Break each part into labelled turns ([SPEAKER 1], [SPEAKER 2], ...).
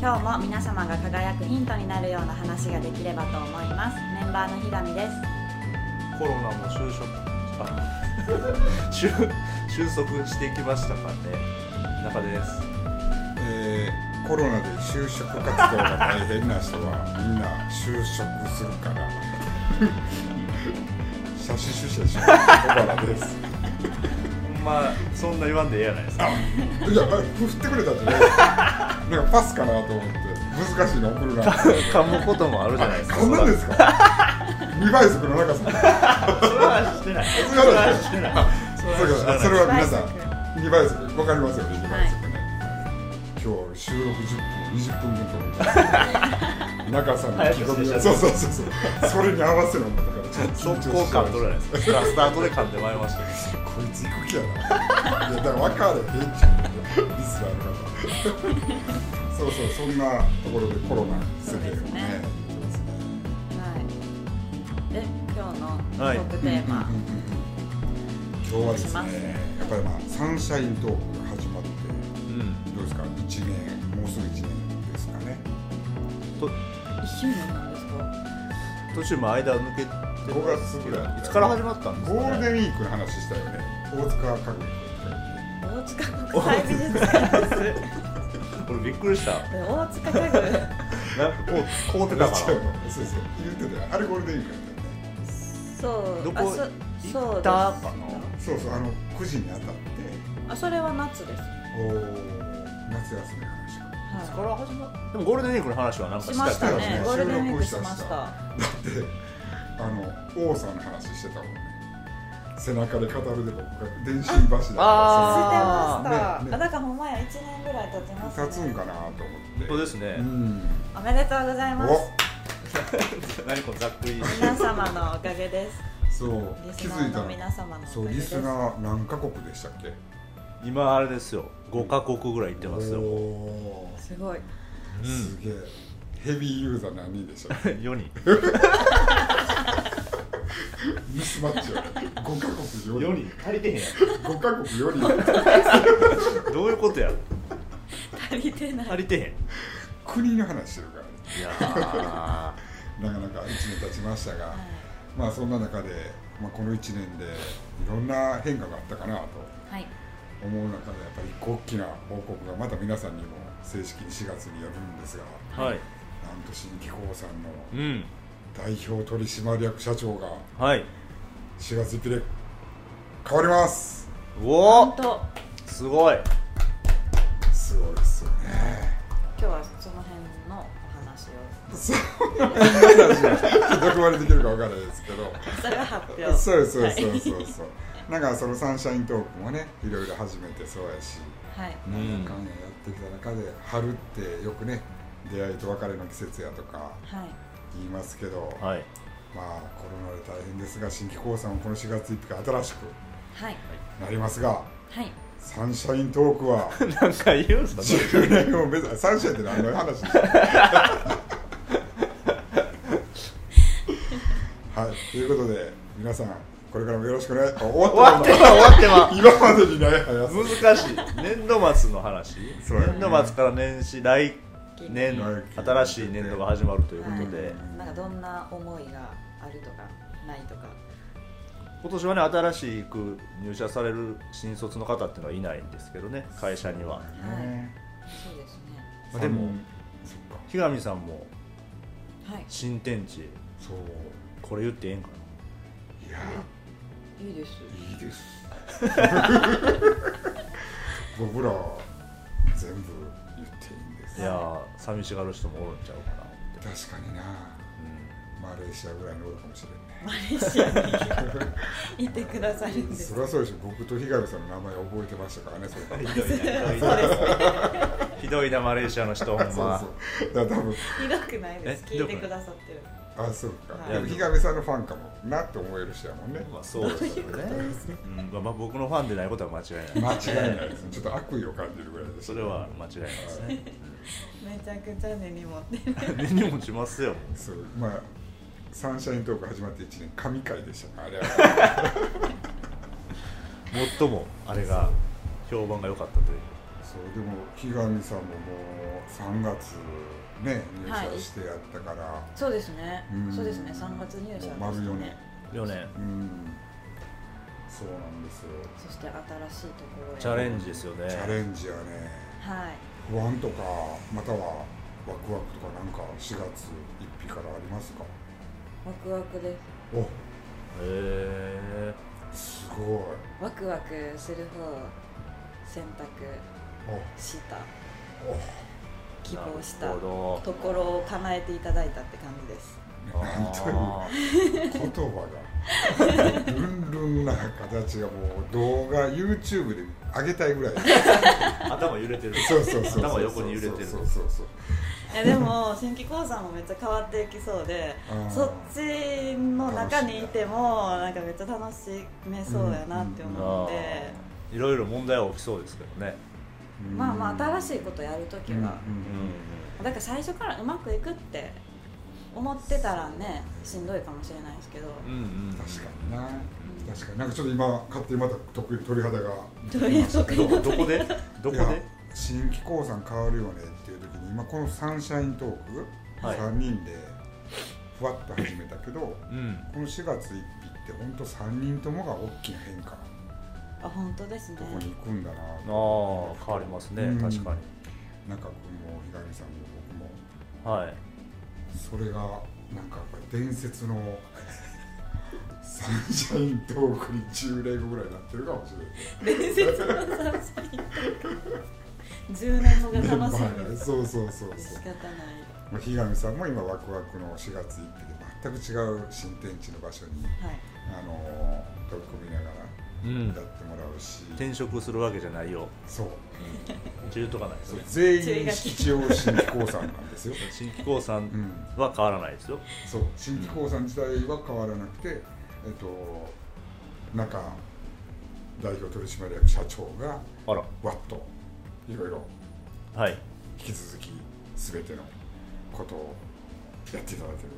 [SPEAKER 1] 今日も皆様が輝くヒントになるような話ができればと思いますメンバーのひだみです
[SPEAKER 2] コロナも就職あ 収収束してきましたかね中です
[SPEAKER 3] えーコロナで就職活動が大変な人はみんな就職するから写真出社します小原です
[SPEAKER 2] ほんまそんな言わんでええやないですか
[SPEAKER 3] いやあ振ってくれたじゃないなんかパスかなと思って難しいの送るな
[SPEAKER 2] 噛むこともあるじゃないですか
[SPEAKER 3] こんなんですかリバイスの中さん
[SPEAKER 2] それはしてない
[SPEAKER 3] それは
[SPEAKER 2] してない
[SPEAKER 3] そうかそれ
[SPEAKER 2] は
[SPEAKER 3] は皆さんリバイスわかりますよねリバイスね、今日は収録10分20分分と思ってます中さんの意気込み
[SPEAKER 2] 早く出社
[SPEAKER 3] をそうそうそうそうそれに合わせるのもだからちょっ
[SPEAKER 2] 速
[SPEAKER 3] と緊張して
[SPEAKER 2] 攻噛んどるじゃないですかスタートで噛んでまいりました
[SPEAKER 3] こいつ行く気やないやだから分かるへんちゃんリスがあるからそうそうそんなところでコロナ世間をね
[SPEAKER 1] はいで今日の
[SPEAKER 2] はい
[SPEAKER 1] トークテーマ、
[SPEAKER 3] うんうんうんうん今日はですねやっぱりまあサンシャイントークが始まって
[SPEAKER 2] うん
[SPEAKER 3] どうですか一年もうすぐ一年ですかね
[SPEAKER 1] 一周年なんですか
[SPEAKER 2] 途中も間抜けて
[SPEAKER 3] 5月ぐらい
[SPEAKER 2] いつから始まったんです
[SPEAKER 3] ゴールデン
[SPEAKER 2] ン
[SPEAKER 3] ウィークの話したよね大塚家
[SPEAKER 1] 大
[SPEAKER 3] 具
[SPEAKER 1] 塚国際美術館です
[SPEAKER 2] 俺びっくりしたなんか
[SPEAKER 1] 大塚家具
[SPEAKER 2] こうこうてたか
[SPEAKER 3] そうそうそう言ってたよあれゴールデンウィークやったよね
[SPEAKER 1] そう
[SPEAKER 2] どこ
[SPEAKER 1] あそそう
[SPEAKER 2] 行
[SPEAKER 1] で
[SPEAKER 2] っ
[SPEAKER 1] す
[SPEAKER 2] たか
[SPEAKER 3] そうそうあの9時に当たって
[SPEAKER 1] あそれは夏です、
[SPEAKER 3] おー夏休みの話か
[SPEAKER 2] らいつか
[SPEAKER 1] は
[SPEAKER 2] ら始まったでもゴールデンウィークの話はなん
[SPEAKER 1] い、
[SPEAKER 2] か
[SPEAKER 1] しましたね
[SPEAKER 3] し
[SPEAKER 1] ゴ
[SPEAKER 3] た
[SPEAKER 1] ー
[SPEAKER 3] ね
[SPEAKER 1] ルデンウィークし
[SPEAKER 3] 収録
[SPEAKER 1] ま
[SPEAKER 3] した
[SPEAKER 1] した
[SPEAKER 3] であの王さんの話してたもんね背中で語るで僕が電信柱だった
[SPEAKER 2] あ
[SPEAKER 1] 捨てました、
[SPEAKER 3] あーねね
[SPEAKER 1] あだからほんまや1年ぐらい経ちます、ね、
[SPEAKER 3] 立つんかなと思って
[SPEAKER 2] 本当ですね
[SPEAKER 3] うん
[SPEAKER 1] おめでとうございます
[SPEAKER 2] 何このざっく り
[SPEAKER 1] 皆様のおかげです
[SPEAKER 3] おそう
[SPEAKER 1] リス
[SPEAKER 3] 気
[SPEAKER 1] ナ
[SPEAKER 3] づ
[SPEAKER 1] ー
[SPEAKER 3] いた
[SPEAKER 1] の
[SPEAKER 3] の
[SPEAKER 1] 皆様のおか
[SPEAKER 3] そう
[SPEAKER 1] げ
[SPEAKER 3] リ
[SPEAKER 1] です
[SPEAKER 3] スナー何カ国でしたっけ
[SPEAKER 2] 今あれですよ5カ国ぐらい行ってますよ、うん、
[SPEAKER 3] おー
[SPEAKER 1] すごい
[SPEAKER 3] すげえヘビーユーザー何人でしたっけ
[SPEAKER 2] 4人
[SPEAKER 3] ミスマッチよね。五カ国 四人。
[SPEAKER 2] 人足りてへんや
[SPEAKER 3] 五カ国四人。
[SPEAKER 2] んどういうことや
[SPEAKER 1] 足りてな
[SPEAKER 2] 足
[SPEAKER 1] い
[SPEAKER 2] りてへん
[SPEAKER 3] 国の話してるか
[SPEAKER 2] い や
[SPEAKER 3] ら、なかなか一年経ちましたが、まあそんな中で、まあこの一年でいろんな変化があったかなと
[SPEAKER 1] はい
[SPEAKER 3] 思う中で、やっぱり一個大きな報告がまた皆さんにも正式に4月にやるんですが、
[SPEAKER 2] ーはい
[SPEAKER 3] なんと新機構さんの
[SPEAKER 2] うん
[SPEAKER 3] 代表取締役社長が
[SPEAKER 2] はい
[SPEAKER 3] 4月1日で変わります。
[SPEAKER 2] う
[SPEAKER 1] 本
[SPEAKER 2] お
[SPEAKER 1] 当今
[SPEAKER 2] すごい
[SPEAKER 3] すごいですよね。
[SPEAKER 1] 日はその辺のお話を
[SPEAKER 3] そんな 話はどこまでできるかわからないですけど。
[SPEAKER 1] それは発表
[SPEAKER 3] そうそうそう
[SPEAKER 1] はい
[SPEAKER 3] そうそう、なんかそのサンシャイントークもねいろいろ始めてそうやし、
[SPEAKER 1] はい
[SPEAKER 3] なんやかんややってきた中で春ってよくね出会いと別れの季節やとか
[SPEAKER 1] はい
[SPEAKER 3] 言いますけど、
[SPEAKER 2] はい
[SPEAKER 3] まあコロナで大変ですが新規構さんもこの4月1日から新しく
[SPEAKER 1] はい
[SPEAKER 3] なりますが
[SPEAKER 1] はい
[SPEAKER 3] サンシャイントークは
[SPEAKER 2] なんか言うん すかそれ
[SPEAKER 3] 10年を目指すサンシャインって何の話 ですかはいということで皆さんこれからもよろしくねあ終わ
[SPEAKER 2] 終わっ
[SPEAKER 3] った
[SPEAKER 2] てま終わってま
[SPEAKER 3] 今までにない速 さ
[SPEAKER 2] 難しい年度末の話
[SPEAKER 3] そうやね
[SPEAKER 2] 年度末から年始来年
[SPEAKER 3] 来
[SPEAKER 2] 新しい年度が始まるというこ
[SPEAKER 1] はい
[SPEAKER 2] とで
[SPEAKER 1] なんかどんな思いがあるとかないとか
[SPEAKER 2] 今年はね新しく入社される新卒の方っていうのはいないんですけどね会社には
[SPEAKER 3] ね
[SPEAKER 1] そうですね
[SPEAKER 2] まあでも
[SPEAKER 3] そっか
[SPEAKER 2] 日上さんも
[SPEAKER 1] はい
[SPEAKER 2] 新天地
[SPEAKER 3] そう
[SPEAKER 2] これ言ってええんかない
[SPEAKER 3] や
[SPEAKER 1] いいです
[SPEAKER 3] いいです 僕ら全部言っていいんです
[SPEAKER 2] いやー寂しがる人もおるんちゃうかなって、
[SPEAKER 3] 確かになマレーシアぐらいにおるかもしれんね
[SPEAKER 1] マレーシア にいてくださるんです
[SPEAKER 3] そりゃそうでしょ僕と日上さんの名前覚えてましたからねそれから
[SPEAKER 2] ひどいな ひどいなマレーシアの人ほんま
[SPEAKER 3] そうそうだから多分
[SPEAKER 1] ひどくないです
[SPEAKER 2] え
[SPEAKER 1] 聞いてくださってる
[SPEAKER 3] あそうか、
[SPEAKER 1] はい
[SPEAKER 3] でも日上さんのファンかもなって思える人やもんね
[SPEAKER 2] まあそうですよねうんまあ、まあ僕のファンでないことは間違いない
[SPEAKER 3] 間違いないですねちょっと悪意を感じるぐらいです
[SPEAKER 2] それは間違いないですね
[SPEAKER 1] めちゃくちゃ根に持ってる
[SPEAKER 2] 根に持ちますよ
[SPEAKER 3] そうまあサンシャイントーク始まって1年神回でしたからあれは
[SPEAKER 2] 最もあれが評判が良かったという
[SPEAKER 3] そうそうでも木上さんももう3月ね入
[SPEAKER 1] はい
[SPEAKER 3] 社してやったから、
[SPEAKER 1] そうですね
[SPEAKER 3] うん
[SPEAKER 1] そうですね3月入社ですね
[SPEAKER 3] もう丸四年
[SPEAKER 2] 4年
[SPEAKER 3] うんそうなんですよ
[SPEAKER 1] そして新しいところへ
[SPEAKER 2] チャレンジですよね
[SPEAKER 3] チャレンジやね
[SPEAKER 1] はい
[SPEAKER 3] 不安とかまたはワクワクとかなんか4月1日からありますか
[SPEAKER 1] ワクワクです
[SPEAKER 3] お
[SPEAKER 2] へ
[SPEAKER 3] すごい
[SPEAKER 1] ワクワクする方を選択した
[SPEAKER 3] おお
[SPEAKER 1] 希
[SPEAKER 2] なる
[SPEAKER 1] 望した
[SPEAKER 2] ほど
[SPEAKER 1] ところを叶えていただいたって感じです
[SPEAKER 3] なんとい
[SPEAKER 2] あ
[SPEAKER 3] う言葉がルンルンな形がもう動画 YouTube で上げたいぐらい
[SPEAKER 2] ー頭揺れてる
[SPEAKER 3] そうそうそう
[SPEAKER 2] 頭横に揺れてる
[SPEAKER 3] そうそうそう
[SPEAKER 1] えでも新規講座もめっちゃ変わっていきそうで
[SPEAKER 3] あー
[SPEAKER 1] そっちの中にいてもなんかめっちゃ楽しめそうやなって思って、
[SPEAKER 2] いろいろ問題は起きそうですけどね
[SPEAKER 3] うん
[SPEAKER 1] まあまあ新しいことやるとき
[SPEAKER 3] うんうん
[SPEAKER 1] は、だから最初からうまくいくって思ってたらねしんどいかもしれないですけど、
[SPEAKER 2] うんうん
[SPEAKER 3] 確かにな確かになんかちょっと今勝手にまた得意鳥肌が
[SPEAKER 1] 鳥肌が
[SPEAKER 2] どどこ でどこ
[SPEAKER 3] いや
[SPEAKER 2] で
[SPEAKER 3] 新規講座変わるよねっていう時に今このサンシャイントーク、
[SPEAKER 2] はい
[SPEAKER 3] 3人でふわっと始めたけど
[SPEAKER 2] うん
[SPEAKER 3] この4月1日って本当3人ともが大きな変化
[SPEAKER 1] あ本当ですね
[SPEAKER 3] どこに行くんだな
[SPEAKER 2] ああ変わりますね
[SPEAKER 3] うん
[SPEAKER 2] 確かに
[SPEAKER 3] なんか僕もひがみさんも僕も
[SPEAKER 2] はい
[SPEAKER 3] それがなんかやっぱり伝説の サンシャイントークに10年後ぐらいになってるかもしれ ない
[SPEAKER 1] 伝説のサンシャイン10年後が楽しみ
[SPEAKER 3] ま
[SPEAKER 1] で
[SPEAKER 3] あ
[SPEAKER 1] す
[SPEAKER 3] そうそうそう
[SPEAKER 1] 仕
[SPEAKER 3] そう
[SPEAKER 1] 方ない
[SPEAKER 3] まあひがみさんも今ワクワクの4月1日で全く違う新天地の場所に
[SPEAKER 1] はい
[SPEAKER 3] あのー取り込みながら
[SPEAKER 2] う
[SPEAKER 3] 歌
[SPEAKER 2] ん
[SPEAKER 3] ってもらうし、
[SPEAKER 2] 転職するわけじゃないよ
[SPEAKER 3] そう
[SPEAKER 2] 言うとかないです
[SPEAKER 3] そう
[SPEAKER 2] ね
[SPEAKER 3] 全員七応新規興産なんですよ、
[SPEAKER 2] 新規興産
[SPEAKER 3] うん、
[SPEAKER 2] は変わらないですよ
[SPEAKER 3] そう新規興産自体は変わらなくて、えっと、中代表取締役社長が
[SPEAKER 2] あら
[SPEAKER 3] わっといろいろ
[SPEAKER 2] はい
[SPEAKER 3] 引き続き全てのことをやっていただける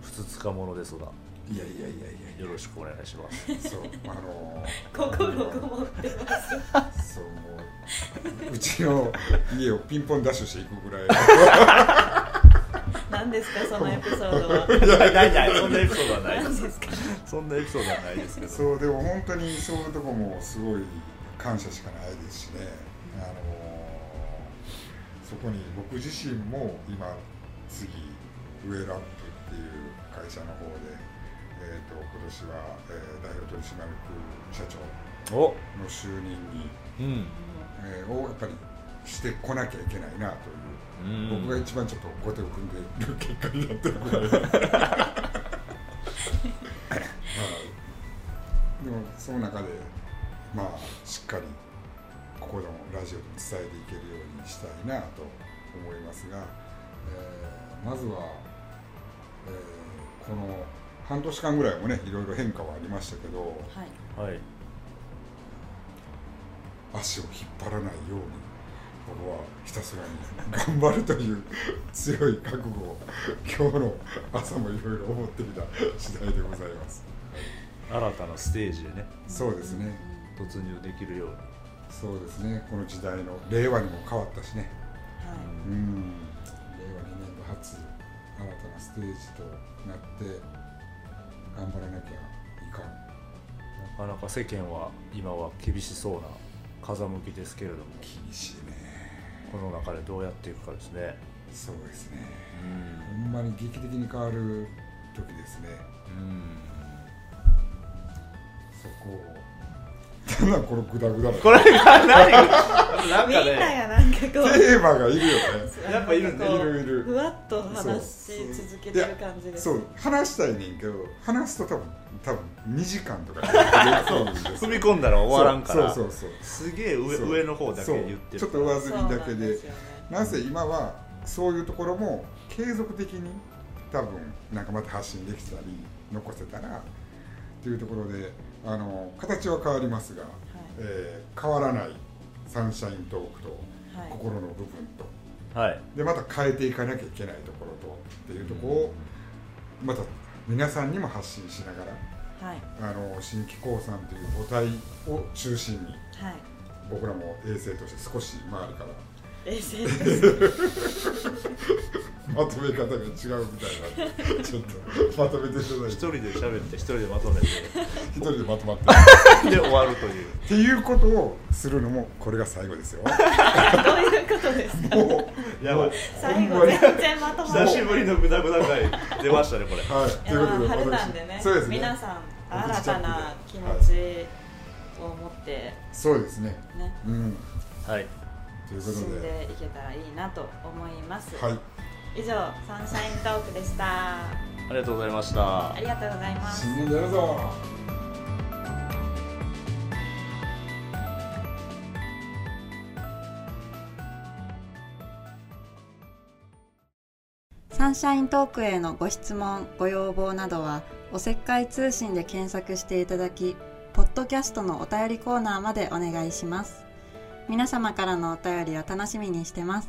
[SPEAKER 2] ふつつかものですが
[SPEAKER 3] といやいやいやいや
[SPEAKER 2] よろしくお願いし ます
[SPEAKER 3] そうあのー
[SPEAKER 1] 心こもってます
[SPEAKER 3] そうもううちの家をピンポンダッシュしていくぐらい
[SPEAKER 1] 何ですかそのエピソードは
[SPEAKER 2] ないないないそんなエピソードはないで
[SPEAKER 1] 何
[SPEAKER 2] す
[SPEAKER 1] ですか
[SPEAKER 2] そんなエピソードはないですけど
[SPEAKER 3] そうでも本当にそういうとこもすごい感謝しかないですしね、あのそこに僕自身も今次ウェルアップっていう会社の方で、えー、と今年は、えー代表取締役社長
[SPEAKER 2] お
[SPEAKER 3] の就任に、
[SPEAKER 2] うん
[SPEAKER 3] えーをやっぱりしてこなきゃいけないなという、
[SPEAKER 2] うん
[SPEAKER 3] 僕が一番ちょっと後手を組んでる結果になってるぐらいはい、でもその中でまあしっかりここでもラジオで伝えていけるようにしたいなと思いますが、えーまずは、えーこの半年間ぐらいもねいろいろ変化はありましたけど
[SPEAKER 1] はい
[SPEAKER 2] はい
[SPEAKER 3] 足を引っ張らないように僕はひたすらに頑張るという強い覚悟を今日の朝もいろいろ思ってきた次第でございます。
[SPEAKER 2] 新たなステージでね
[SPEAKER 3] そうですね
[SPEAKER 2] 突入できるように
[SPEAKER 3] そうですね、この時代の令和にも変わったしね、
[SPEAKER 1] は
[SPEAKER 3] うん、令和2年度初、新たなステージとなって、頑張らなきゃいか
[SPEAKER 2] なか
[SPEAKER 3] ん、
[SPEAKER 2] なか世間は今は厳しそうな風向きですけれども
[SPEAKER 3] 厳しいね、
[SPEAKER 2] この中でどうやっていくかですね
[SPEAKER 3] そうですね、
[SPEAKER 2] うん
[SPEAKER 3] ほんまに劇的に変わる時ですね、そこを、 ただこのグダグダな
[SPEAKER 2] これが何 な
[SPEAKER 1] い
[SPEAKER 2] んか
[SPEAKER 1] みんな
[SPEAKER 2] ね
[SPEAKER 1] がなんかこう
[SPEAKER 3] テーマがいるよね、
[SPEAKER 2] やっぱいるね
[SPEAKER 1] なんかこう
[SPEAKER 3] いるいる
[SPEAKER 1] ふわっと話し続けてる感じです
[SPEAKER 3] そう、話したいねんけど、話すと多分多分2時間とかそう
[SPEAKER 2] 踏み込んだら終わらんから
[SPEAKER 3] そうそうそう
[SPEAKER 2] すげえ上
[SPEAKER 3] そう
[SPEAKER 2] 上の方だけ言って
[SPEAKER 3] そう
[SPEAKER 2] る
[SPEAKER 3] ちょ
[SPEAKER 1] そ
[SPEAKER 3] っと上積
[SPEAKER 1] う
[SPEAKER 3] みだ
[SPEAKER 1] な
[SPEAKER 3] け
[SPEAKER 1] ん
[SPEAKER 3] です
[SPEAKER 1] よね
[SPEAKER 3] なぜ今はそういうところも継続的に多分なんかまた発信できたり残せたらというところであの形は変わりますが、えー変わらないサンシャイントークと
[SPEAKER 1] はい
[SPEAKER 3] 心の部分と
[SPEAKER 2] はい
[SPEAKER 3] でまた変えていかなきゃいけないところとっていうところをまた皆さんにも発信しなが
[SPEAKER 1] はい
[SPEAKER 3] らあの新規興産という母体を中心に
[SPEAKER 1] はい
[SPEAKER 3] 僕らも衛生として少し周りから
[SPEAKER 1] 衛生です
[SPEAKER 3] まとめ方が違うみたいなんでちょっとまとめていただい
[SPEAKER 2] 一
[SPEAKER 3] て
[SPEAKER 2] 人で喋って一人でま とめて
[SPEAKER 3] 一人でまとまって
[SPEAKER 2] で終わるという
[SPEAKER 3] っていうことをするのもこれが最後ですよ
[SPEAKER 1] どういうことですか
[SPEAKER 3] もう
[SPEAKER 2] やばい
[SPEAKER 3] もう
[SPEAKER 1] 最
[SPEAKER 3] ほ
[SPEAKER 1] 後
[SPEAKER 3] んまに
[SPEAKER 1] 全然まとまら
[SPEAKER 2] 久
[SPEAKER 1] ない
[SPEAKER 2] しぶりのグダグダ回出ましたねこれ
[SPEAKER 3] はい、
[SPEAKER 1] い
[SPEAKER 3] とい
[SPEAKER 1] や
[SPEAKER 3] う
[SPEAKER 1] まあ
[SPEAKER 3] ことで
[SPEAKER 1] 春なんでね
[SPEAKER 3] 私そうですね
[SPEAKER 1] 皆さん
[SPEAKER 3] 僕
[SPEAKER 1] 新たな
[SPEAKER 3] ち
[SPEAKER 1] 気
[SPEAKER 3] ょ
[SPEAKER 1] 持
[SPEAKER 3] っとはい
[SPEAKER 1] ちを持って、
[SPEAKER 3] そうですね
[SPEAKER 1] ね
[SPEAKER 3] うん
[SPEAKER 2] はい
[SPEAKER 3] というこ
[SPEAKER 1] 進
[SPEAKER 3] と
[SPEAKER 1] ん
[SPEAKER 3] で
[SPEAKER 1] でいけたらいいなと思います、
[SPEAKER 3] はい
[SPEAKER 1] 以上サンシャイントークでした
[SPEAKER 2] ありがとうございました
[SPEAKER 1] ありがとうございます
[SPEAKER 3] 新年やるぞ
[SPEAKER 1] サンシャイントークへのご質問ご要望などはおせっかい通信で検索していただきポッドキャストのお便りコーナーまでお願いします皆様からのお便りを楽しみにしてます